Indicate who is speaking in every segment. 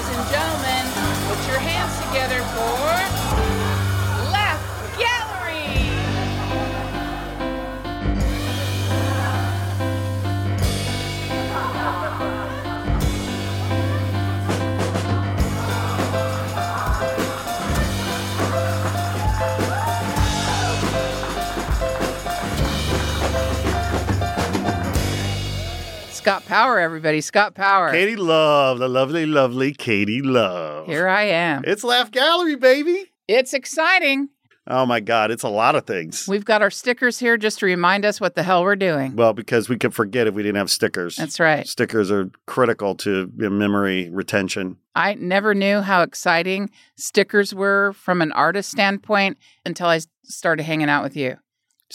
Speaker 1: gentlemen, put your hands together for Left Gallery. Scott Power, everybody. Scott Power.
Speaker 2: Katie Love, the lovely, lovely Katie Love.
Speaker 1: Here I am.
Speaker 2: It's Laugh Gallery, baby.
Speaker 1: It's exciting.
Speaker 2: Oh my God, it's a lot of things.
Speaker 1: We've got our stickers here just to remind us what the hell we're doing.
Speaker 2: well, because we could forget if we didn't have stickers.
Speaker 1: That's right.
Speaker 2: Stickers are critical to memory retention.
Speaker 1: I never knew how exciting stickers were from an artist standpoint until I s- started hanging out with you.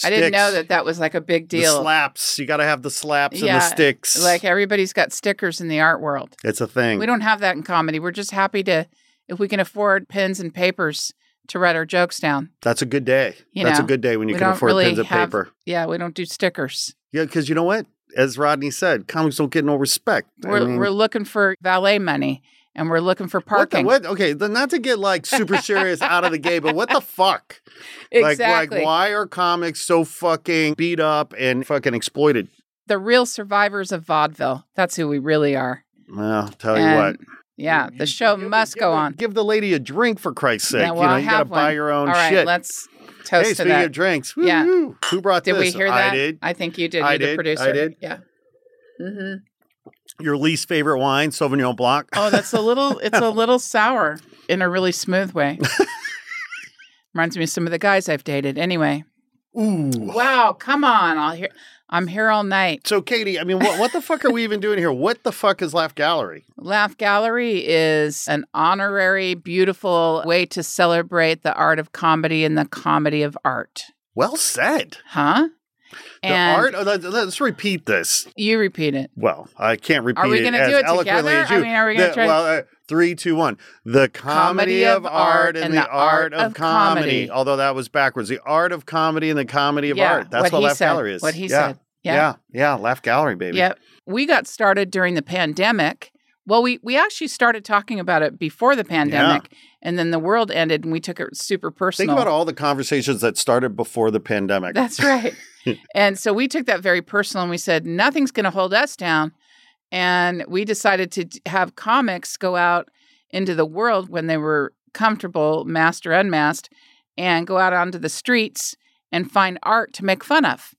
Speaker 1: I didn't know
Speaker 2: Sticks,
Speaker 1: that that was like a big
Speaker 2: The
Speaker 1: deal.
Speaker 2: slaps. You got to have the slaps and
Speaker 1: Yeah,
Speaker 2: the sticks.
Speaker 1: Like everybody's got stickers in the art world.
Speaker 2: it's a thing.
Speaker 1: We don't have that in comedy. We're just happy to, if we can afford pens and papers to write our jokes down.
Speaker 2: That's a good day.
Speaker 1: You
Speaker 2: That's
Speaker 1: know,
Speaker 2: a good day when you
Speaker 1: we
Speaker 2: can
Speaker 1: don't
Speaker 2: afford
Speaker 1: really
Speaker 2: pens and
Speaker 1: have-
Speaker 2: paper.
Speaker 1: Yeah, we don't do stickers.
Speaker 2: Yeah, because you know what? As Rodney said, comics don't get no respect. I
Speaker 1: We're,
Speaker 2: mean-
Speaker 1: we're looking for valet money and we're looking for
Speaker 2: Mm. What the-
Speaker 1: parking.
Speaker 2: What Okay, th- not to get like super serious out of the gate, but what the fuck?
Speaker 1: Exactly.
Speaker 2: Like, like, why are comics so fucking beat up and fucking exploited?
Speaker 1: the real survivors of vaudeville. That's who we really are.
Speaker 2: Well, tell you what.
Speaker 1: And, Yeah, the show
Speaker 2: Give the-
Speaker 1: must
Speaker 2: give
Speaker 1: go
Speaker 2: the-
Speaker 1: on.
Speaker 2: Give the lady a drink for Christ's sake.
Speaker 1: Yeah, well,
Speaker 2: you know,
Speaker 1: I'll
Speaker 2: you gotta
Speaker 1: have
Speaker 2: buy
Speaker 1: one.
Speaker 2: your own
Speaker 1: All right,
Speaker 2: shit.
Speaker 1: let's
Speaker 2: hey,
Speaker 1: toast to
Speaker 2: speaking
Speaker 1: that.
Speaker 2: of drinks,
Speaker 1: Yeah.
Speaker 2: woo-hoo, who brought
Speaker 1: did
Speaker 2: this?
Speaker 1: we hear that?
Speaker 2: I did.
Speaker 1: think you did.
Speaker 2: I
Speaker 1: You're
Speaker 2: did. I
Speaker 1: the producer.
Speaker 2: did.
Speaker 1: Yeah. hmm
Speaker 2: Mm-hmm. Your least favorite wine, Sauvignon Blanc.
Speaker 1: Oh, that's a little. It's a little sour in a really smooth way. Reminds me of some of the guys I've dated. Anyway, Oh.
Speaker 2: Ooh.
Speaker 1: wow, come on! I'll hear. I'm here all night.
Speaker 2: So, Katie, I mean, what, what the fuck are we even doing here? What the fuck is Laugh Gallery?
Speaker 1: Laugh Gallery is an honorary, beautiful way to celebrate the art of comedy and the comedy of art.
Speaker 2: Well said.
Speaker 1: Huh?
Speaker 2: The
Speaker 1: and
Speaker 2: art. oh, let- Let's repeat this.
Speaker 1: you repeat it.
Speaker 2: Well, I can't repeat
Speaker 1: we
Speaker 2: it
Speaker 1: gonna
Speaker 2: as
Speaker 1: do it
Speaker 2: eloquently
Speaker 1: together?
Speaker 2: as you.
Speaker 1: I mean, are we gonna
Speaker 2: The-
Speaker 1: try-
Speaker 2: Well, uh, three, two, one. The comedy, of art and the art of comedy.
Speaker 1: comedy.
Speaker 2: Although that was backwards. The art of comedy and the comedy of art. That's what,
Speaker 1: he
Speaker 2: Laugh
Speaker 1: said,
Speaker 2: Gallery is.
Speaker 1: What he
Speaker 2: yeah.
Speaker 1: said.
Speaker 2: Yeah.
Speaker 1: Yeah.
Speaker 2: yeah, Laugh Gallery, baby.
Speaker 1: Yep. We got started during the pandemic. Well, we we actually started talking about it before the pandemic, and then the world ended, and we took it super
Speaker 2: Think
Speaker 1: personal.
Speaker 2: about all the conversations that started before the pandemic.
Speaker 1: That's right. and so we took that very personal, and we said nothing's going to hold us down. And we decided to d- have comics go out into the world when they were comfortable, masked or unmasked, and go out onto the streets and find art to make fun of.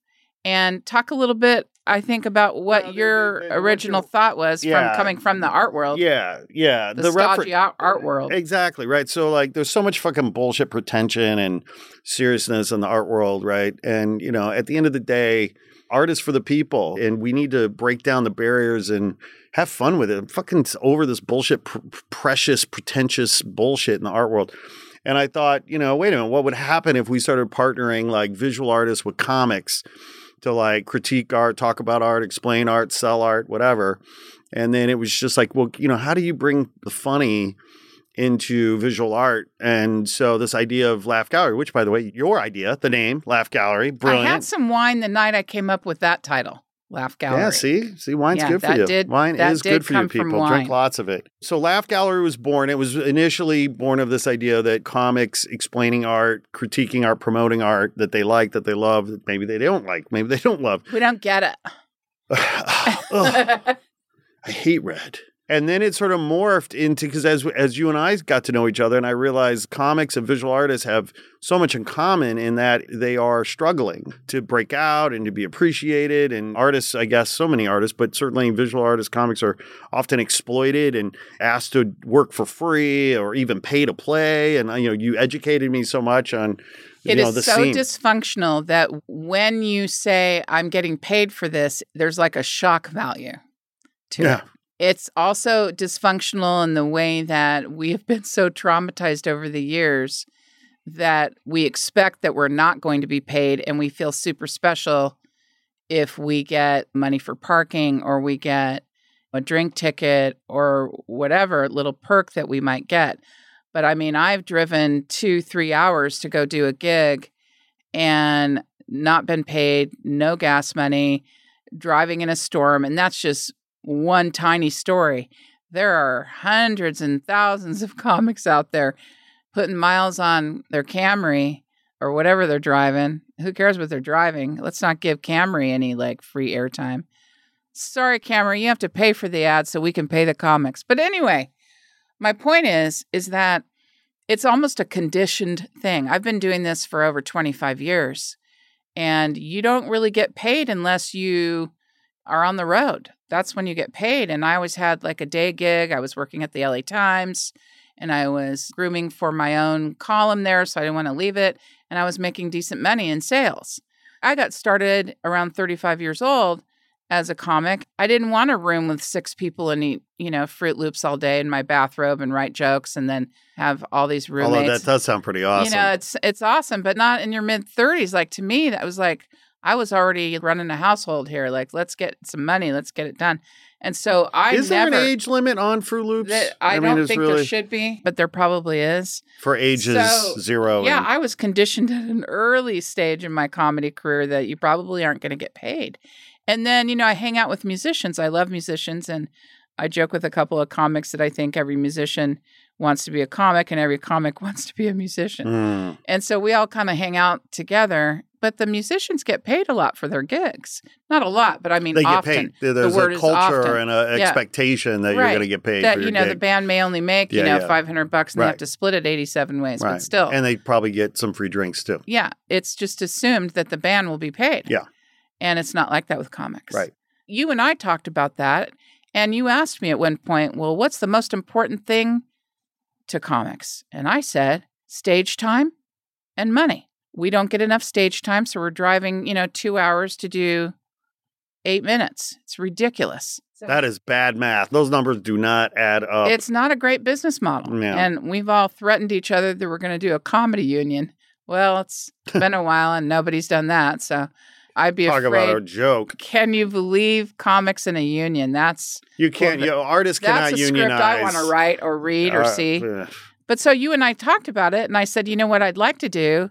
Speaker 1: And talk a little bit, I think, about what
Speaker 2: Well, the-
Speaker 1: your
Speaker 2: the- the
Speaker 1: original
Speaker 2: original-
Speaker 1: thought was
Speaker 2: Yeah.
Speaker 1: from coming from the art world,
Speaker 2: yeah, yeah.
Speaker 1: the,
Speaker 2: refer-
Speaker 1: stodgy art, art world.
Speaker 2: Exactly, right. So like there's so much fucking bullshit pretension and seriousness in the art world, right? And you know, at the end of the day, art is for the people and we need to break down the barriers and have fun with it. I'm fucking over this bullshit pr- precious pretentious bullshit in the art world. And I thought, you know, wait a minute, what would happen if we started partnering like visual artists with comics to like critique art, talk about art, explain art, sell art, whatever. And then it was just like, well, you know, how do you bring the funny into visual art? And so this idea of Laugh Gallery, which by the way, your idea, the name Laugh Gallery, brilliant.
Speaker 1: I had some wine the night I came up with that title, Laugh Gallery.
Speaker 2: Yeah, see, see, wine's
Speaker 1: Yeah,
Speaker 2: good for
Speaker 1: that
Speaker 2: you.
Speaker 1: did-
Speaker 2: Wine
Speaker 1: that
Speaker 2: is
Speaker 1: did
Speaker 2: good for you,
Speaker 1: come from
Speaker 2: people.
Speaker 1: wine.
Speaker 2: Drink lots of it. So, Laugh Gallery was born. It was initially born of this idea that comics explaining art, critiquing art, promoting art that they like, that they love, that maybe they don't like, maybe they don't love.
Speaker 1: We don't get
Speaker 2: Ugh,
Speaker 1: it.
Speaker 2: I hate red. And then it sort of morphed into because as as you and I got to know each other, and I realized comics and visual artists have so much in common in that they are struggling to break out and to be appreciated. And artists, I guess, so many artists, but certainly visual artists, comics are often exploited and asked to work for free or even pay to play. And you know, you educated me so much on you
Speaker 1: It is
Speaker 2: know the
Speaker 1: so
Speaker 2: scene.
Speaker 1: dysfunctional that when you say I'm getting paid for this, there's like a shock value to
Speaker 2: yeah,
Speaker 1: it. It's also dysfunctional in the way that we have been so traumatized over the years that we expect that we're not going to be paid and we feel super special if we get money for parking or we get a drink ticket or whatever little perk that we might get. But I mean, I've driven two, three hours to go do a gig and not been paid, no gas money, driving in a storm. And that's just one tiny story. There are hundreds and thousands of comics out there putting miles on their Camry or whatever they're driving. Who cares what they're driving? Let's not give Camry any like free airtime. Sorry, Camry, you have to pay for the ads so we can pay the comics. But anyway, my point is is that it's almost a conditioned thing. I've been doing this for over 25 years and you don't really get paid unless you are on the road. That's when you get paid. And I always had like a day gig. I was working at the LA Times and I was grooming for my own column there. So I didn't want to leave it. And I was making decent money in sales. I got started around 35 years old as a comic. I didn't want a room with six people and eat, you know, Fruit Loops all day in my bathrobe and write jokes and then have all these roommates.
Speaker 2: Although that does sound pretty awesome.
Speaker 1: You know, it's it's awesome, but not in your mid 30s. Like to me, that was like I was already running a household here. Like, let's get some money, let's get it done. And so I
Speaker 2: is
Speaker 1: never,
Speaker 2: there an age limit on Fruit Loops?
Speaker 1: that- I, don't
Speaker 2: it's
Speaker 1: think there should be, but there probably is.
Speaker 2: for ages
Speaker 1: So,
Speaker 2: zero.
Speaker 1: yeah,
Speaker 2: and-
Speaker 1: I was conditioned at an early stage in my comedy career that you probably aren't going to get paid. And then, you know, I hang out with musicians. I love musicians and I joke with a couple of comics that I think every musician wants to be a comic and every comic wants to be a musician.
Speaker 2: Mm.
Speaker 1: And so we all kind of hang out together, but the musicians get paid a lot for their gigs. Not a lot, but I mean
Speaker 2: they get
Speaker 1: often.
Speaker 2: paid. There- There's
Speaker 1: word
Speaker 2: a
Speaker 1: is
Speaker 2: culture
Speaker 1: often.
Speaker 2: and an
Speaker 1: Yeah.
Speaker 2: expectation that
Speaker 1: Right.
Speaker 2: you're going to get paid
Speaker 1: That
Speaker 2: for
Speaker 1: you
Speaker 2: your
Speaker 1: know the
Speaker 2: gig.
Speaker 1: band may only make you
Speaker 2: Yeah,
Speaker 1: know
Speaker 2: yeah.
Speaker 1: 500 bucks and they have
Speaker 2: Right.
Speaker 1: to split it 87 ways,
Speaker 2: right.
Speaker 1: but still.
Speaker 2: and they probably get some free drinks too.
Speaker 1: Yeah, it's just assumed that the band will be paid.
Speaker 2: Yeah.
Speaker 1: And it's not like that with comics.
Speaker 2: Right.
Speaker 1: You and I talked about that, and you asked me at one point, well, what's the most important thing to comics? And I said, stage time and money. We don't get enough stage time, so we're driving, you know, two hours to do eight minutes. It's ridiculous.
Speaker 2: That is bad math. Those numbers do not add up.
Speaker 1: It's not a great business model.
Speaker 2: No.
Speaker 1: And we've all threatened each other that we're going to do a comedy union. Well, it's been a while and nobody's done that. So I'd be
Speaker 2: Talk
Speaker 1: afraid.
Speaker 2: about a joke.
Speaker 1: Can you believe comics in a union? That's
Speaker 2: You can't.
Speaker 1: the-
Speaker 2: you know, artists
Speaker 1: that's
Speaker 2: cannot
Speaker 1: a script
Speaker 2: unionize.
Speaker 1: I want to write or read or
Speaker 2: Uh,
Speaker 1: see.
Speaker 2: ugh.
Speaker 1: But so you and I talked about it, and I said, you know what, I'd like to do.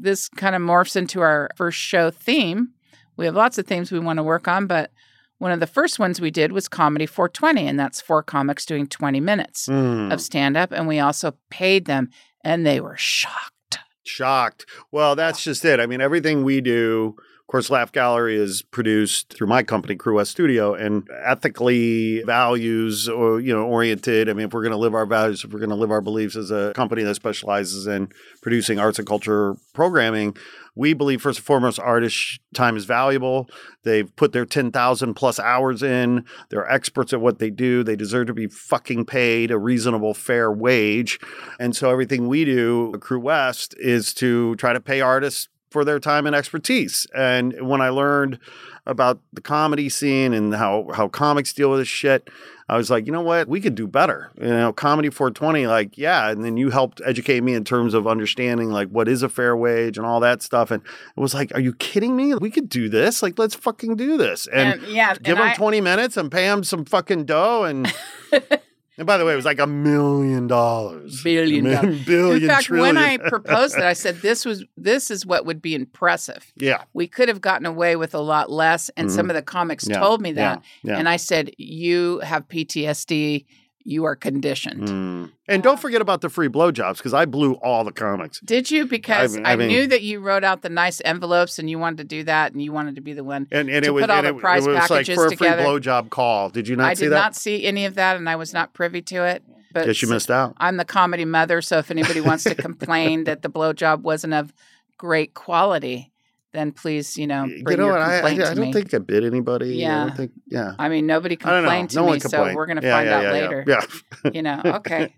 Speaker 1: This kind of morphs into our first show theme. We have lots of themes we want to work on, but one of the first ones we did was Comedy 420, and that's four comics doing 20 minutes
Speaker 2: Mm.
Speaker 1: of stand up and we also paid them and they were shocked.
Speaker 2: Shocked. Well, that's just it. I mean, everything we do, of course, Laugh Gallery is produced through my company, Crew West Studio, and ethically values or you know oriented. I mean, if we're going to live our values, if we're going to live our beliefs as a company that specializes in producing arts and culture programming, we believe first and foremost, artists' time is valuable. They've put their ten thousand plus hours in. They're experts at what they do. They deserve to be fucking paid a reasonable, fair wage. And so everything we do, at Crew West, is to try to pay artists for their time and expertise. And when I learned about the comedy scene and how how comics deal with this shit, I was like, you know what, we could do better. You know, comedy 420, like, yeah. And then you helped educate me in terms of understanding like what is a fair wage and all that stuff. And it was like, are you kidding me? We could do this. Like, let's fucking do this. And
Speaker 1: yeah,
Speaker 2: give them 20 minutes and pay them some fucking dough and and by the way it was like a million dollars
Speaker 1: Billion
Speaker 2: A
Speaker 1: dollars.
Speaker 2: billion
Speaker 1: in fact,
Speaker 2: trillion.
Speaker 1: when I proposed that, I said this was this is what would be impressive.
Speaker 2: yeah
Speaker 1: We could have gotten away with a lot less, and some of the comics
Speaker 2: Mm-hmm. Yeah,
Speaker 1: told me that.
Speaker 2: yeah, yeah.
Speaker 1: And I said, "You have PTSD. You are conditioned."
Speaker 2: Mm. and don't forget about the free blowjobs because i blew all the comics
Speaker 1: Did you? Because I,
Speaker 2: I mean-
Speaker 1: knew that you wrote out the nice envelopes, and you wanted to do that, and you wanted to be the one.
Speaker 2: and, and
Speaker 1: To
Speaker 2: it was,
Speaker 1: put all
Speaker 2: and
Speaker 1: the
Speaker 2: it, it
Speaker 1: prize
Speaker 2: was like
Speaker 1: packages
Speaker 2: for a free
Speaker 1: together.
Speaker 2: blowjob call did you not
Speaker 1: I
Speaker 2: see
Speaker 1: did
Speaker 2: that
Speaker 1: not see any of that, and I was not uh, privy to it. But
Speaker 2: guess you missed out
Speaker 1: I'm the comedy mother, so if anybody wants to complain that the blowjob wasn't of great quality, then please, you know, um, bring
Speaker 2: you know
Speaker 1: your
Speaker 2: what i, I, I
Speaker 1: complaint to
Speaker 2: don't
Speaker 1: me.
Speaker 2: think i bit anybody i
Speaker 1: Yeah.
Speaker 2: don't think yeah
Speaker 1: I mean, nobody
Speaker 2: I don't know.
Speaker 1: complained
Speaker 2: no
Speaker 1: to me,
Speaker 2: one complained.
Speaker 1: so we're going to
Speaker 2: Yeah,
Speaker 1: find
Speaker 2: yeah,
Speaker 1: out
Speaker 2: yeah, yeah.
Speaker 1: later.
Speaker 2: Yeah.
Speaker 1: You know, okay.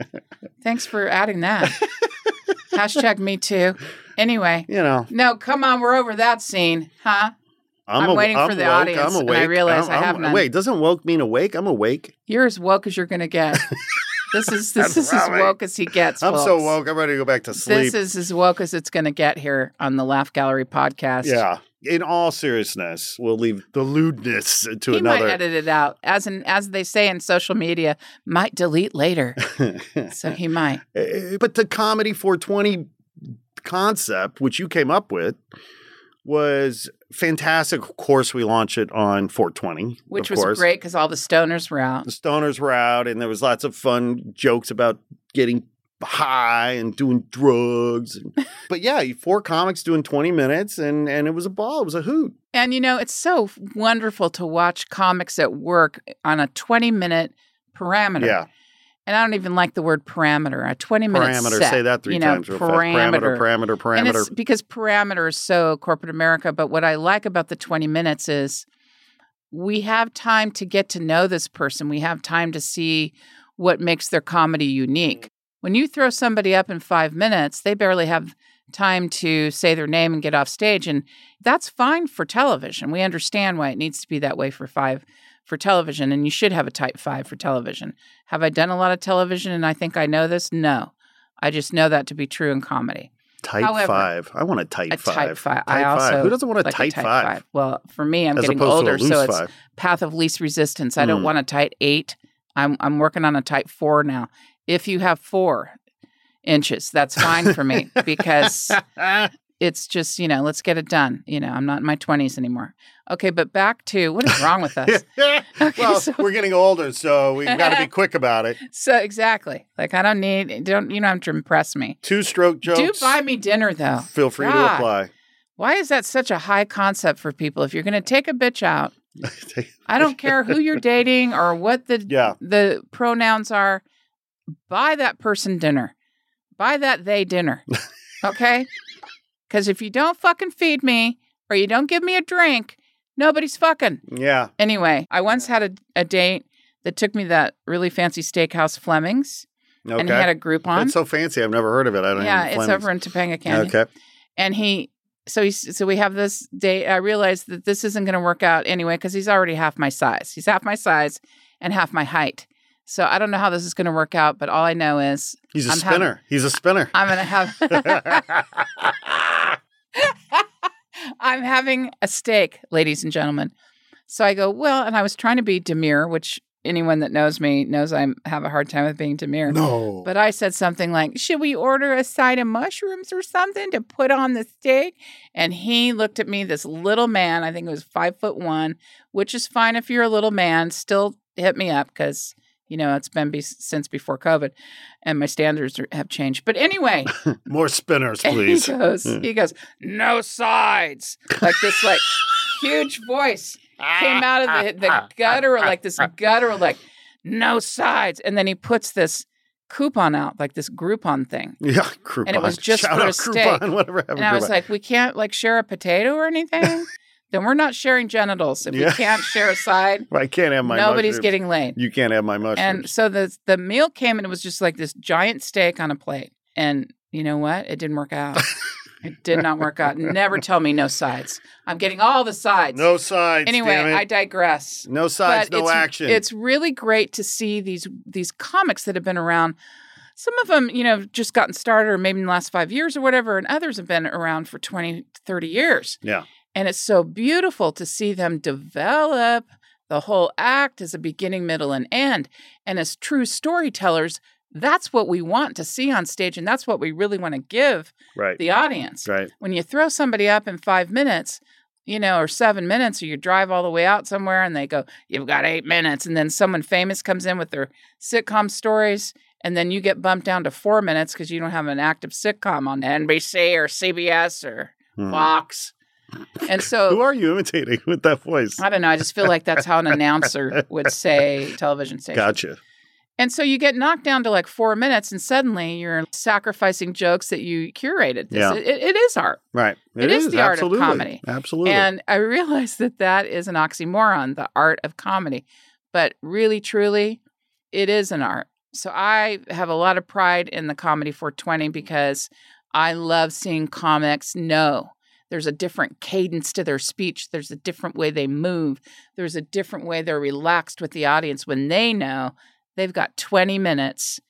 Speaker 1: Thanks for adding that. Hashtag me too. Anyway,
Speaker 2: You know,
Speaker 1: no, come on, we're over that scene, huh?
Speaker 2: I'm,
Speaker 1: I'm
Speaker 2: aw-
Speaker 1: waiting for
Speaker 2: I'm
Speaker 1: the
Speaker 2: woke,
Speaker 1: audience,
Speaker 2: I'm
Speaker 1: and I
Speaker 2: awake.
Speaker 1: realize
Speaker 2: I'm-
Speaker 1: I have
Speaker 2: I'm-
Speaker 1: none.
Speaker 2: Wait, doesn't woke mean awake? I'm awake.
Speaker 1: You're as woke as you're going to get. This is this
Speaker 2: That's
Speaker 1: is as
Speaker 2: right.
Speaker 1: woke as he gets.
Speaker 2: I'm so
Speaker 1: folks.
Speaker 2: woke. I'm ready to go back to sleep.
Speaker 1: This is as woke as it's going to get here on the Laugh Gallery podcast.
Speaker 2: yeah. In all seriousness, we'll leave the lewdness to
Speaker 1: he
Speaker 2: another.
Speaker 1: might edit it out, as in as they say in social media, might delete later. so he might.
Speaker 2: Eh, but the comedy 420 concept, which you came up with, was Fantastic. Of course, we launch it on 420,
Speaker 1: which
Speaker 2: of
Speaker 1: was
Speaker 2: course.
Speaker 1: great because all the stoners were out.
Speaker 2: The stoners were out, and there was lots of fun jokes about getting high and doing drugs. And- but yeah, four comics doing 20 minutes, and and it was a ball. It was a hoot.
Speaker 1: And you know, it's so f- wonderful to watch comics at work on a 20 minute parameter.
Speaker 2: Yeah,
Speaker 1: And I don't even like the word parameter. A 20 minute
Speaker 2: parameter.
Speaker 1: set,
Speaker 2: Say that three
Speaker 1: you know,
Speaker 2: times real fast.
Speaker 1: Parameter.
Speaker 2: Parameter, parameter,
Speaker 1: And
Speaker 2: parameter.
Speaker 1: it's because parameter is so corporate America. But what I like about the 20 minutes is we have time to get to know this person, we have time to see what makes their comedy unique. When you throw somebody up in five minutes, they barely have time to say their name and get off stage. And that's fine for television. We understand why it needs to be that way for five for television. And you should have a type five for television. Have I done a lot of television and I think I know this? No. I just know that to be true in comedy.
Speaker 2: type
Speaker 1: however,
Speaker 2: five. I want a type
Speaker 1: a
Speaker 2: five.
Speaker 1: type five. I also
Speaker 2: Who doesn't want a
Speaker 1: like
Speaker 2: type, five?
Speaker 1: Well, for me, I'm
Speaker 2: As
Speaker 1: getting
Speaker 2: opposed
Speaker 1: older,
Speaker 2: to a loose
Speaker 1: so it's
Speaker 2: five.
Speaker 1: path of least resistance. I don't
Speaker 2: Mm.
Speaker 1: want a type eight. I'm I'm working on a type four now. If you have four inches, that's fine for me because it's just you know let's get it done. You know, I'm not in my twenties anymore. Okay, but back to what is wrong with us? Okay,
Speaker 2: well,
Speaker 1: so-
Speaker 2: we're getting older, so we got to be quick about it.
Speaker 1: so exactly, like I don't need don't you don't have to impress me.
Speaker 2: Two stroke jokes.
Speaker 1: Do buy me dinner though.
Speaker 2: Feel free to
Speaker 1: God.
Speaker 2: apply.
Speaker 1: Why is that such a high concept for people? If you're going to take a bitch out. I don't care who you're dating or what the
Speaker 2: yeah.
Speaker 1: the pronouns are. Buy that person dinner. Buy that they dinner. Okay? Cuz if you don't fucking feed me or you don't give me a drink, nobody's fucking.
Speaker 2: Yeah.
Speaker 1: Anyway, I once had a, a date that took me to that really fancy steakhouse Fleming's
Speaker 2: Okay.
Speaker 1: and he had a Groupon.
Speaker 2: That's so fancy. I've never heard of it. I don't
Speaker 1: yeah,
Speaker 2: even
Speaker 1: it's
Speaker 2: Fleming's.
Speaker 1: over in Topanga Canyon
Speaker 2: Okay.
Speaker 1: and he so he's so we have this date i realized that this isn't going to work out anyway because he's already half my size he's half my size and half my height so i don't know how this is going to work out but all i know is
Speaker 2: He's a
Speaker 1: I'm having-
Speaker 2: spinner. He's a spinner.
Speaker 1: i'm going to have i'm having a steak ladies and gentlemen so i go well and i was trying to be demure which anyone that knows me knows i have a hard time with being demure
Speaker 2: no.
Speaker 1: But I said something like, Should we order a side of mushrooms or something to put on the steak? And he looked at me, this little man, I think it was five foot one, which is fine if you're a little man, still hit me up because, you know, it's been be- since before COVID and my standards are, have changed. But anyway,
Speaker 2: More spinners,
Speaker 1: and
Speaker 2: please.
Speaker 1: he goes,
Speaker 2: Yeah.
Speaker 1: He goes, No sides. Like this, like huge voice came out
Speaker 2: Ah,
Speaker 1: of the, the guttural, like this guttural, like no sides. And then he puts this coupon out, like this Groupon thing.
Speaker 2: Yeah, Groupon.
Speaker 1: And it was just
Speaker 2: Shout
Speaker 1: for a
Speaker 2: out Groupon,
Speaker 1: steak.
Speaker 2: whatever happened
Speaker 1: And I
Speaker 2: to
Speaker 1: was
Speaker 2: Groupon.
Speaker 1: like, we can't like share a potato or anything. then we're not sharing genitals. If
Speaker 2: Yeah.
Speaker 1: we can't share a side,
Speaker 2: I can't have my
Speaker 1: nobody's
Speaker 2: mushrooms.
Speaker 1: getting laid.
Speaker 2: You can't have my mushrooms.
Speaker 1: And so the the meal came and it was just like this giant steak on a plate. And you know what? It didn't work out. it did not work out. Never tell me no sides. I'm getting all the sides.
Speaker 2: no sides.
Speaker 1: anyway,
Speaker 2: damn it.
Speaker 1: I digress.
Speaker 2: no sides,
Speaker 1: But
Speaker 2: no
Speaker 1: it's,
Speaker 2: action.
Speaker 1: It's really great to see these these comics that have been around. Some of them, you know, have just gotten started or maybe in the last 5 years or whatever, and others have been around for 20, 30 years.
Speaker 2: yeah.
Speaker 1: And it's so beautiful to see them develop the whole act as a beginning, middle, and end. And as true storytellers, that's what we want to see on stage. And that's what we really want to give
Speaker 2: Right.
Speaker 1: the audience.
Speaker 2: right.
Speaker 1: When you throw somebody up in five minutes, you know, or seven minutes, or you drive all the way out somewhere and they go, You've got eight minutes. And then someone famous comes in with their sitcom stories. And then you get bumped down to four minutes because you don't have an active sitcom on NBC or CBS or
Speaker 2: Hmm.
Speaker 1: Fox. And so
Speaker 2: Who are you imitating with that voice?
Speaker 1: I don't know. I just feel like that's how an announcer would say television station.
Speaker 2: Gotcha.
Speaker 1: And so you get knocked down to like four minutes, and suddenly you're sacrificing jokes that you curated. This-
Speaker 2: Yeah.
Speaker 1: it, it is art.
Speaker 2: Right.
Speaker 1: It is the art of
Speaker 2: absolutely.
Speaker 1: comedy.
Speaker 2: Absolutely.
Speaker 1: And I realize that that is an oxymoron, the art of comedy. But really, truly, it is an art. So I have a lot of pride in the Comedy 420 because I love seeing comics know there's a different cadence to their speech, there's a different way they move, there's a different way they're relaxed with the audience when they know they've got 20 minutes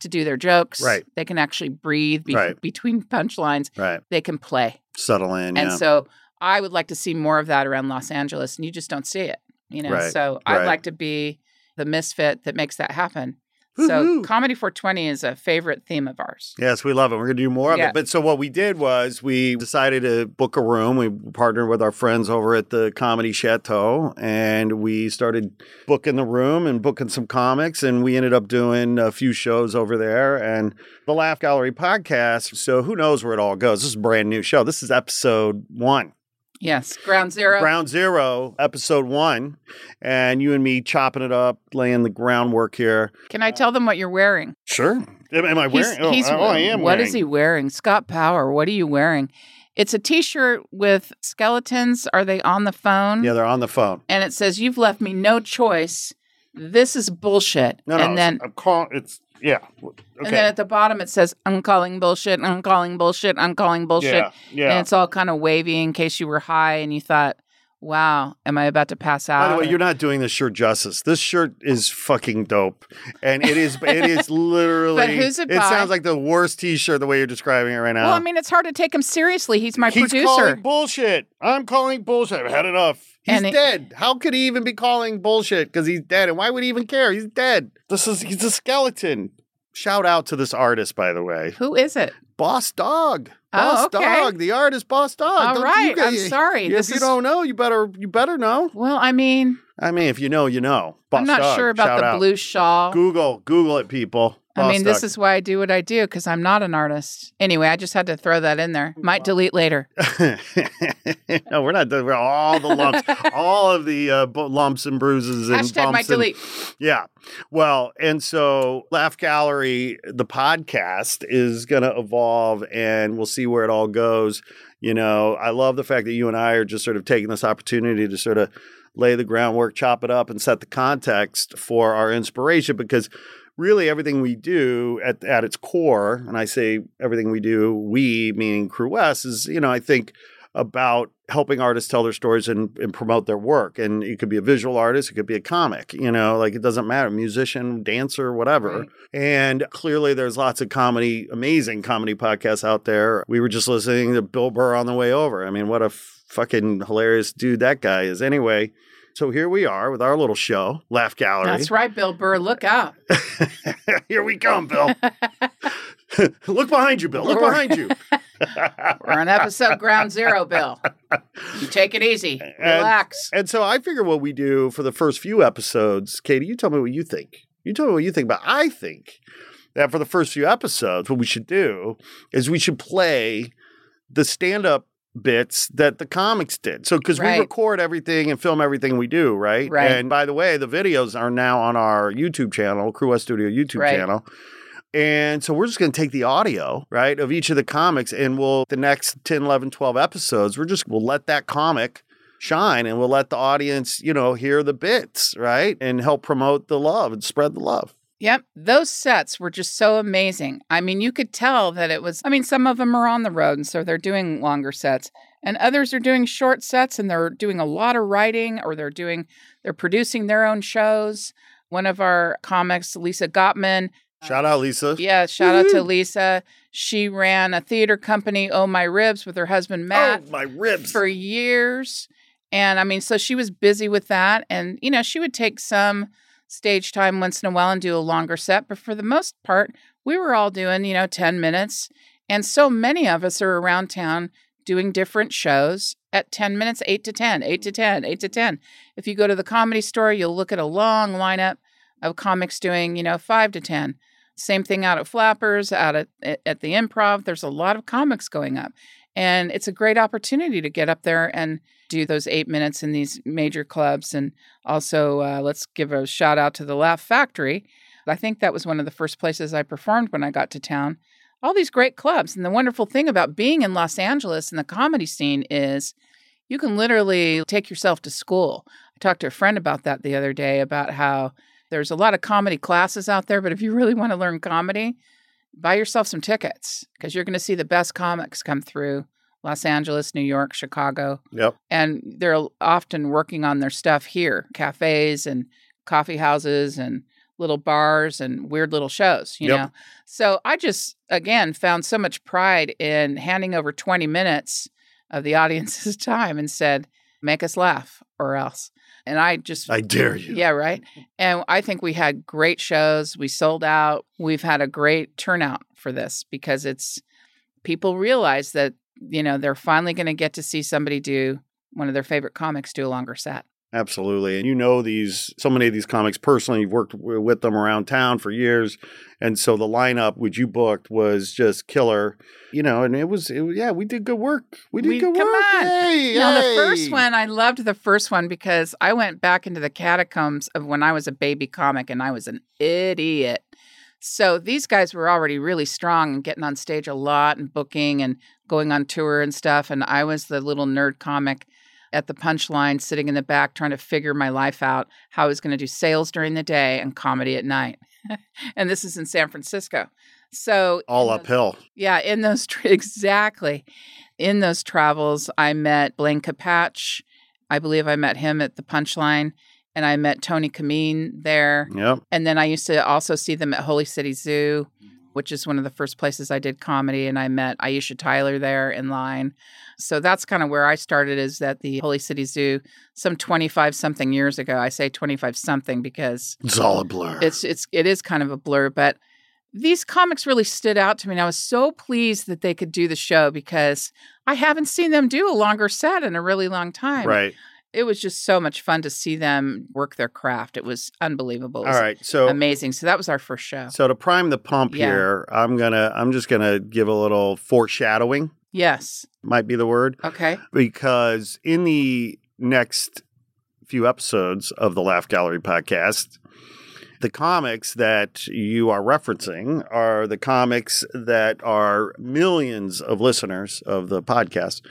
Speaker 1: to do their jokes.
Speaker 2: Right.
Speaker 1: They can actually breathe be-
Speaker 2: Right.
Speaker 1: between punchlines,
Speaker 2: right.
Speaker 1: they can play.
Speaker 2: Settle in.
Speaker 1: And
Speaker 2: yeah.
Speaker 1: so I would like to see more of that around Los Angeles, and you just don't see it, you know.
Speaker 2: Right,
Speaker 1: So I'd
Speaker 2: right.
Speaker 1: like to be the misfit that makes that happen. So,
Speaker 2: Woo-hoo.
Speaker 1: Comedy 420 is a favorite theme of ours.
Speaker 2: Yes, we love it. We're going to do more of
Speaker 1: Yeah.
Speaker 2: it. But so what we did was we decided to book a room. We partnered with our friends over at the Comedy Chateau and we started booking the room and booking some comics. And we ended up doing a few shows over there and the Laugh Gallery podcast. So who knows where it all goes? This is a brand new show. This is episode one.
Speaker 1: Yes, Ground Zero.
Speaker 2: Ground Zero, episode one. And you and me chopping it up, laying the groundwork here.
Speaker 1: Can I tell them what you're wearing?
Speaker 2: Sure. Am am I
Speaker 1: He's-
Speaker 2: wearing? Oh,
Speaker 1: he's-
Speaker 2: oh, I am
Speaker 1: What
Speaker 2: wearing.
Speaker 1: is he wearing? Scott Power, what are you wearing? It's a t shirt with skeletons. Are they on the phone?
Speaker 2: Yeah, they're on the phone.
Speaker 1: And it says, You've left me no choice. This is bullshit.
Speaker 2: No, no.
Speaker 1: and then
Speaker 2: I'm calling. It's yeah. Okay.
Speaker 1: and then at the bottom it says, I'm calling bullshit, I'm calling bullshit, I'm calling bullshit.
Speaker 2: yeah,
Speaker 1: And
Speaker 2: yeah.
Speaker 1: it's all kind of wavy in case you were high and you thought, Wow, am I about to pass out?
Speaker 2: By the way, you're not doing this shirt justice. This shirt is fucking dope, and it is it is literally.
Speaker 1: But who's it
Speaker 2: It
Speaker 1: by?
Speaker 2: sounds like the worst T-shirt the way you're describing it right now.
Speaker 1: well, I mean, it's hard to take him seriously. He's my
Speaker 2: He's
Speaker 1: producer.
Speaker 2: calling bullshit. I'm calling bullshit. I've had enough. He's
Speaker 1: And it-
Speaker 2: dead. How could he even be calling bullshit? Because he's dead, and why would he even care? He's dead. This is he's a skeleton. Shout out to this artist, by the way,
Speaker 1: Who is it?
Speaker 2: Boss Dog. Boss
Speaker 1: Oh, okay.
Speaker 2: Dog, the artist, Boss Dog.
Speaker 1: All
Speaker 2: Oh, Don't you
Speaker 1: right.
Speaker 2: get-
Speaker 1: I'm sorry.
Speaker 2: if
Speaker 1: this
Speaker 2: you
Speaker 1: is
Speaker 2: don't know, you better you better know.
Speaker 1: Well, I mean,
Speaker 2: I mean, if you know, you know.
Speaker 1: I'm
Speaker 2: Boss
Speaker 1: not
Speaker 2: Dog,
Speaker 1: sure about
Speaker 2: shout
Speaker 1: the
Speaker 2: out.
Speaker 1: blue shawl.
Speaker 2: Google, Google it, people.
Speaker 1: I mean,
Speaker 2: Boss
Speaker 1: this is why I do what I do because I'm not an artist. Anyway, I just had to throw that in there. Might delete later.
Speaker 2: Dog. no, we're not. We're all the lumps, all of the uh, bu- lumps and bruises and
Speaker 1: Hashtag
Speaker 2: bumps
Speaker 1: might
Speaker 2: and-
Speaker 1: delete.
Speaker 2: Yeah. Well, and so Laugh Gallery, the podcast is going to evolve and we'll see where it all goes. You know, I love the fact that you and I are just sort of taking this opportunity to sort of lay the groundwork, chop it up, and set the context for our inspiration because really everything we do at, at its core, and I say everything we do, we meaning Crew S, is, you know, I think about helping artists tell their stories and, and promote their work. And it could be a visual artist, it could be a comic, you know, like it doesn't matter, musician, dancer, whatever.
Speaker 1: Right.
Speaker 2: And clearly there's lots of comedy, amazing comedy podcasts out there. We were just listening to Bill Burr on the way over. I mean, what a fucking hilarious dude that guy is. Anyway, so here we are with our little show, Laugh Gallery.
Speaker 1: That's right, Bill Burr. Look out.
Speaker 2: here we come, Bill. Look behind you, Bill. Look behind you.
Speaker 1: We're on episode ground zero, Bill. You take it easy. Relax.
Speaker 2: And so I figure what we do for the first few episodes, Katie, you tell me what you think. You tell me what you think, but I think that for the first few episodes, what we should do is we should play the stand up bits that the comics did. So, because we
Speaker 1: Right.
Speaker 2: record everything and film everything we do, right?
Speaker 1: Right.
Speaker 2: And by the way, the videos are now on our YouTube channel, Crew West Studio YouTube
Speaker 1: Right.
Speaker 2: channel. And so we're just going to take the audio, right, of each of the comics and we'll, the next 10, 11, 12 episodes, we're just, we'll let that comic shine and we'll let the audience, you know, hear the bits, right? And help promote the love and spread the love.
Speaker 1: Yep. Those sets were just so amazing. I mean, you could tell that it was, I mean, some of them are on the road, and so they're doing longer sets, and others are doing short sets and they're doing a lot of writing or they're doing, they're producing their own shows. One of our comics, Lisa Gottman,
Speaker 2: Shout out, Lisa.
Speaker 1: Uh, yeah, shout out to
Speaker 2: Woohoo.
Speaker 1: Lisa. She ran a theater company, Oh My Ribs, with her husband Matt
Speaker 2: oh, my ribs.
Speaker 1: for years. And I mean, so she was busy with that. And, you know, she would take some stage time once in a while and do a longer set. But for the most part, we were all doing, you know, 10 minutes. And so many of us are around town doing different shows at 10 minutes, 8 to 10, 8 to 10, 8 to 10. If you go to the comedy store, you'll look at a long lineup of comics doing, you know, 5 to 10. Same thing out at Flappers, out at, at the improv. There's a lot of comics going up. And it's a great opportunity to get up there and do those eight minutes in these major clubs. And also, uh, let's give a shout out to the Laugh Factory. I think that was one of the first places I performed when I got to town. All these great clubs. And the wonderful thing about being in Los Angeles and the comedy scene is you can literally take yourself to school. I talked to a friend about that the other day about how there's a lot of comedy classes out there, but if you really want to learn comedy, buy yourself some tickets because you're going to see the best comics come through Los Angeles, New York, Chicago,
Speaker 2: Yep.
Speaker 1: and they're often working on their stuff here, cafes and coffee houses and little bars and weird little shows, you
Speaker 2: Yep.
Speaker 1: know. So I just again found so much pride in handing over 20 minutes of the audience's time and said, "Make us laugh or else." And I just
Speaker 2: I dare you.
Speaker 1: yeah, right. And I think we had great shows. We sold out. We've had a great turnout for this because it's people realize that, you know, they're finally going to get to see somebody do one of their favorite comics do a longer set.
Speaker 2: Absolutely. And you know these so many of these comics personally. You've worked w- with them around town for years. And so the lineup which you booked was just killer. You know, and it was it, was- yeah, we did good work. We did
Speaker 1: We-
Speaker 2: good
Speaker 1: come
Speaker 2: work.
Speaker 1: on.
Speaker 2: Hey,
Speaker 1: Now, the
Speaker 2: hey.
Speaker 1: first one, I loved the first one because I went back into the catacombs of when I was a baby comic and I was an idiot. So these guys were already really strong and getting on stage a lot and booking and going on tour and stuff. And I was the little nerd comic at the punchline sitting in the back trying to figure my life out, how I was going to do sales during the day and comedy at night. and this is in San Francisco. So
Speaker 2: all
Speaker 1: up.
Speaker 2: uphill.
Speaker 1: Yeah, in those tra- exactly, in those travels, I met Blaine Capatch. I believe I met him at the Punchline, and I met Tony Kameen there.
Speaker 2: Yep.
Speaker 1: And then I used to also see them at Holy City Zoo, which is one of the first places I did comedy. And I met Aisha Tyler there in line. So that's kind of where I started is at the Holy City Zoo some 25 something years ago. I say 25 something because
Speaker 2: It's all a blur.
Speaker 1: it's it's it is kind of a blur, but these comics really stood out to me, and I was so pleased that they could do the show because I haven't seen them do a longer set in a really long time.
Speaker 2: right.
Speaker 1: It was just so much fun to see them work their craft. It was unbelievable. It
Speaker 2: All
Speaker 1: was
Speaker 2: right. So
Speaker 1: amazing. So that was our first show.
Speaker 2: so to prime the pump
Speaker 1: Yeah.
Speaker 2: here, I'm gonna I'm just gonna give a little foreshadowing
Speaker 1: Yes.
Speaker 2: might be the word.
Speaker 1: Okay.
Speaker 2: because in the next few episodes of the Laugh Gallery podcast, the comics that you are referencing are the comics that are millions of listeners of the podcast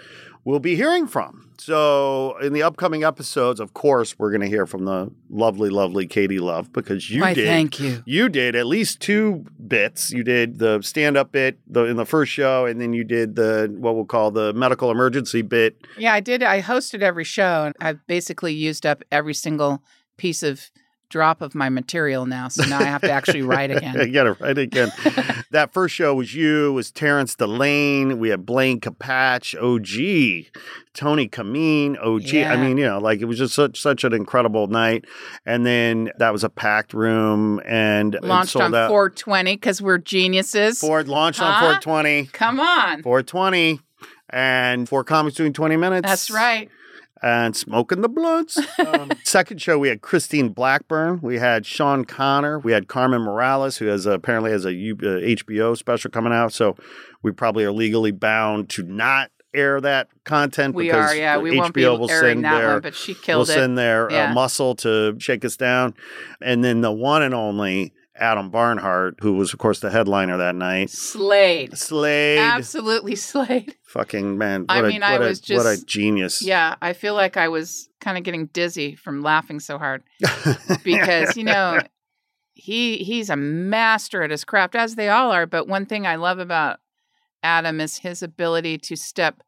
Speaker 2: will be hearing from. So, in the upcoming episodes, of course, we're going to hear from the lovely, lovely Katie Love because you
Speaker 1: Why,
Speaker 2: did
Speaker 1: thank you.
Speaker 2: you did at least two bits. You did the stand up bit the, in the first show, and then you did the what we'll call the medical emergency bit.
Speaker 1: Yeah, I did. I hosted every show, and I've basically used up every single piece of drop of my material now. So now I have to actually write
Speaker 2: I
Speaker 1: again.
Speaker 2: got it right again. that first show was you, it was Terrence Delane. We had Blaine Capatch, OG, Tony Kameen, OG. I
Speaker 1: Yeah.
Speaker 2: mean, you know, like it was just such such an incredible night. And then that was a packed room and it
Speaker 1: Launched
Speaker 2: sold
Speaker 1: on
Speaker 2: out.
Speaker 1: 420 because we're geniuses.
Speaker 2: Ford launched on
Speaker 1: Huh?
Speaker 2: 420.
Speaker 1: Come on.
Speaker 2: 420. And four comics doing 20 minutes.
Speaker 1: That's right.
Speaker 2: and smoking the blunts. Um, second show, we had Christine Blackburn, we had Sean Connor, we had Carmen Morales, who has apparently has a U- uh, HBO special coming out. So we probably are legally bound to not air that content.
Speaker 1: We
Speaker 2: because
Speaker 1: are, yeah. We
Speaker 2: HBO
Speaker 1: won't be
Speaker 2: will
Speaker 1: airing
Speaker 2: send
Speaker 1: that
Speaker 2: their
Speaker 1: one, but she killed
Speaker 2: will
Speaker 1: it.
Speaker 2: send their uh,
Speaker 1: Yeah.
Speaker 2: muscle to shake us down, and then the one and only Adam Barnhart, who was of course the headliner that night.
Speaker 1: Slayed.
Speaker 2: Slade,
Speaker 1: Absolutely slayed.
Speaker 2: fucking man! What
Speaker 1: I
Speaker 2: a-
Speaker 1: mean, I
Speaker 2: what a-
Speaker 1: was
Speaker 2: what a
Speaker 1: just-
Speaker 2: genius.
Speaker 1: Yeah, I feel like I was kind of getting dizzy from laughing so hard because, you know, he he's a master at his craft as they all are, but one thing I love about Adam is his ability to step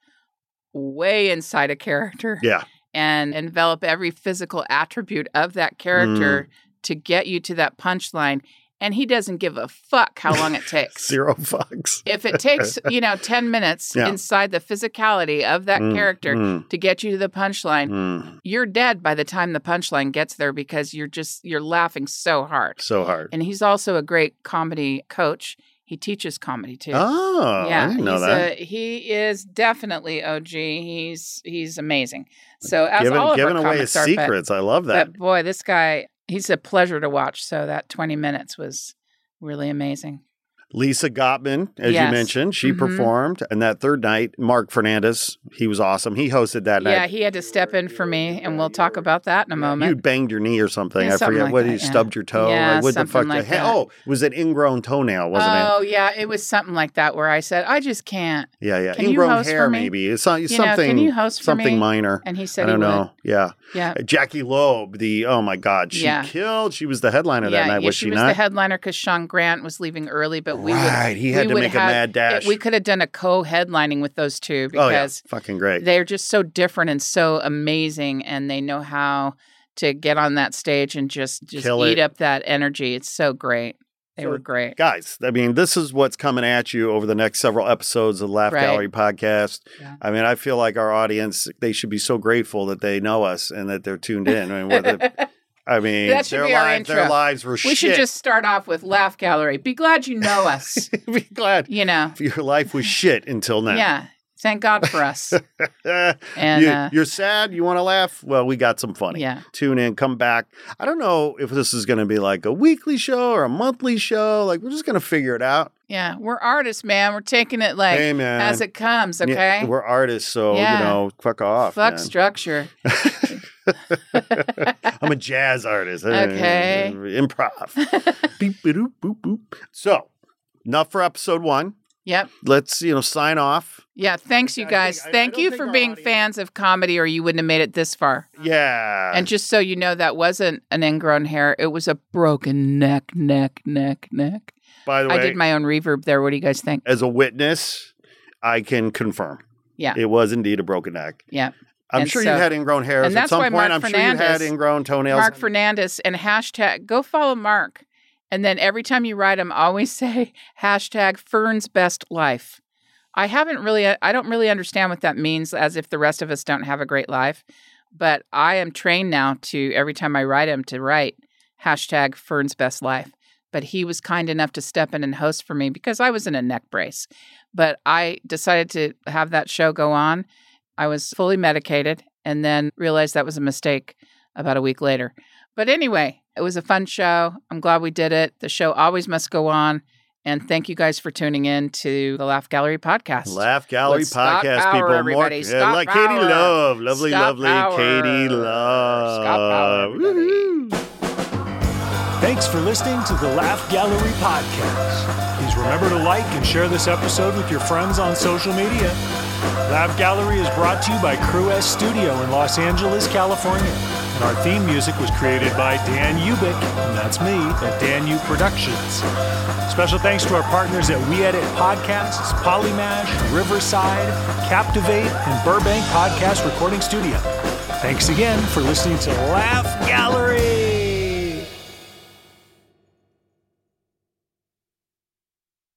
Speaker 1: way inside a character.
Speaker 2: yeah.
Speaker 1: and envelop every physical attribute of that character
Speaker 2: Mm.
Speaker 1: to get you to that punchline. And he doesn't give a fuck how long it takes.
Speaker 2: Zero fucks.
Speaker 1: if it takes, you know, 10 minutes
Speaker 2: Yeah.
Speaker 1: inside the physicality of that
Speaker 2: Mm,
Speaker 1: character
Speaker 2: mm,
Speaker 1: to get you to the punchline,
Speaker 2: mm.
Speaker 1: you're dead by the time the punchline gets there because you're just, you're laughing so hard.
Speaker 2: So hard.
Speaker 1: And he's also a great comedy coach. He teaches comedy too.
Speaker 2: Oh, I didn't know
Speaker 1: he's
Speaker 2: that.
Speaker 1: A, he is definitely OG. He's he's amazing. So as all of
Speaker 2: Giving, giving
Speaker 1: our
Speaker 2: away his
Speaker 1: comics are, but-
Speaker 2: secrets. I love that.
Speaker 1: But boy, this guy, he's a pleasure to watch. So that 20 minutes was really amazing.
Speaker 2: Lisa Gottman, as you
Speaker 1: Yes.
Speaker 2: mentioned, she
Speaker 1: Mhm.
Speaker 2: performed. And that third night, Mark Fernandez, he was awesome. He hosted that
Speaker 1: yeah,
Speaker 2: night.
Speaker 1: he had to step in for me, and we'll talk about that in a
Speaker 2: You
Speaker 1: moment.
Speaker 2: banged your knee or something.
Speaker 1: Yeah,
Speaker 2: I
Speaker 1: something
Speaker 2: forget.
Speaker 1: like
Speaker 2: what
Speaker 1: that,
Speaker 2: you
Speaker 1: yeah.
Speaker 2: stubbed your toe?
Speaker 1: Yeah,
Speaker 2: Like, what the
Speaker 1: something
Speaker 2: fuck?
Speaker 1: like
Speaker 2: the- hey,
Speaker 1: that.
Speaker 2: oh, it was an ingrown toenail, wasn't
Speaker 1: oh, yeah, it was something like that where I said, I just can't.
Speaker 2: it? Yeah, yeah.
Speaker 1: can you
Speaker 2: ingrown
Speaker 1: host for
Speaker 2: hair,
Speaker 1: me?
Speaker 2: maybe. It's not,
Speaker 1: You know,
Speaker 2: something.
Speaker 1: can you host for
Speaker 2: something
Speaker 1: me?
Speaker 2: minor.
Speaker 1: And he
Speaker 2: I
Speaker 1: said
Speaker 2: don't
Speaker 1: he
Speaker 2: know. Yeah.
Speaker 1: would. Yeah.
Speaker 2: Jackie Loeb, the oh my god, she
Speaker 1: Yeah.
Speaker 2: killed. She was the headliner
Speaker 1: yeah,
Speaker 2: that night,
Speaker 1: yeah,
Speaker 2: was
Speaker 1: she,
Speaker 2: she,
Speaker 1: was
Speaker 2: not?
Speaker 1: the headliner because Sean Grant was leaving early, but we
Speaker 2: right, he had
Speaker 1: we
Speaker 2: to
Speaker 1: would
Speaker 2: make a
Speaker 1: have-
Speaker 2: mad
Speaker 1: would,
Speaker 2: dash.
Speaker 1: we could have done a co-headlining with those two
Speaker 2: oh yeah,
Speaker 1: because
Speaker 2: fucking great.
Speaker 1: they're just so different and so amazing and they know how to get on that stage and just just
Speaker 2: Kill
Speaker 1: eat
Speaker 2: it.
Speaker 1: up that energy it's so great They
Speaker 2: So-
Speaker 1: were great.
Speaker 2: Guys, I mean, this is what's coming at you over the next several episodes of the Laugh
Speaker 1: Right.
Speaker 2: Gallery podcast.
Speaker 1: Yeah.
Speaker 2: I mean, I feel like our audience, they should be so grateful that they know us and that they're tuned in. I mean, what the, I mean
Speaker 1: That should
Speaker 2: their,
Speaker 1: be our
Speaker 2: lives, their
Speaker 1: intro.
Speaker 2: lives were shit.
Speaker 1: We should just start off with Laugh Gallery. Be glad you know us.
Speaker 2: be glad
Speaker 1: you know.
Speaker 2: if your life was shit until now.
Speaker 1: Yeah. Thank God for us. And
Speaker 2: you,
Speaker 1: uh,
Speaker 2: you're sad, you want to laugh? Well, we got some funny.
Speaker 1: yeah.
Speaker 2: Tune in, come back. I don't know if this is going to be like a weekly show or a monthly show. Like, we're just going to figure it out.
Speaker 1: Yeah. We're artists, man. We're taking it like
Speaker 2: hey, man.
Speaker 1: as it comes,
Speaker 2: Yeah,
Speaker 1: okay?
Speaker 2: we're artists, so,
Speaker 1: Yeah.
Speaker 2: you know, fuck off.
Speaker 1: Fuck
Speaker 2: man.
Speaker 1: structure.
Speaker 2: I'm a jazz artist.
Speaker 1: Okay.
Speaker 2: Improv. beep, boop, boop, boop. So, enough for episode one.
Speaker 1: Yep.
Speaker 2: Let's, you know, sign off.
Speaker 1: Yeah. Thanks, you
Speaker 2: I
Speaker 1: guys.
Speaker 2: think- I- I
Speaker 1: Thank
Speaker 2: don't
Speaker 1: you
Speaker 2: think
Speaker 1: for
Speaker 2: our
Speaker 1: being
Speaker 2: audience-
Speaker 1: fans of comedy, or you wouldn't have made it this far.
Speaker 2: Yeah.
Speaker 1: And just so you know, that wasn't an ingrown hair. It was a broken neck, neck, neck, neck.
Speaker 2: By the way,
Speaker 1: I did my own reverb there. What do you guys think?
Speaker 2: as a witness, I can confirm.
Speaker 1: Yeah.
Speaker 2: It was indeed a broken neck.
Speaker 1: Yeah.
Speaker 2: I'm
Speaker 1: And
Speaker 2: sure
Speaker 1: so-
Speaker 2: you had ingrown hairs
Speaker 1: and
Speaker 2: at
Speaker 1: that's
Speaker 2: some
Speaker 1: why Mark
Speaker 2: point. I'm sure you had
Speaker 1: Fernandez-
Speaker 2: ingrown toenails.
Speaker 1: Mark Fernandez and hashtag go follow Mark. And then every time you write him, always say hashtag Fern's best life. I haven't really, I don't really understand what that means as if the rest of us don't have a great life. But I am trained now to every time I write him to write hashtag Fern's best life. But he was kind enough to step in and host for me because I was in a neck brace. But I decided to have that show go on. I was fully medicated and then realized that was a mistake about a week later. But anyway, it was a fun show. I'm glad we did it. The show always must go on. And thank you guys for tuning in to the Laugh Gallery podcast.
Speaker 2: Laugh Gallery
Speaker 1: With Scott
Speaker 2: podcast,
Speaker 1: Bauer,
Speaker 2: people.
Speaker 1: everybody.
Speaker 2: More,
Speaker 1: Scott
Speaker 2: like Katie
Speaker 1: Bauer.
Speaker 2: Love, lovely,
Speaker 1: Scott
Speaker 2: lovely
Speaker 1: Bauer.
Speaker 2: Katie Love.
Speaker 1: Scott Bauer, everybody.
Speaker 2: Woohoo.
Speaker 3: Thanks for listening to the Laugh Gallery Podcast. Please remember to like and share this episode with your friends on social media. Laugh Gallery is brought to you by Crew S Studio in Los Angeles, California. And our theme music was created by Dan Ubik, and that's me, at Dan U Productions. Special thanks to our partners at We Edit Podcasts, Polymash, Riverside, Captivate, and Burbank Podcast Recording Studio. Thanks again for listening to Laugh Gallery.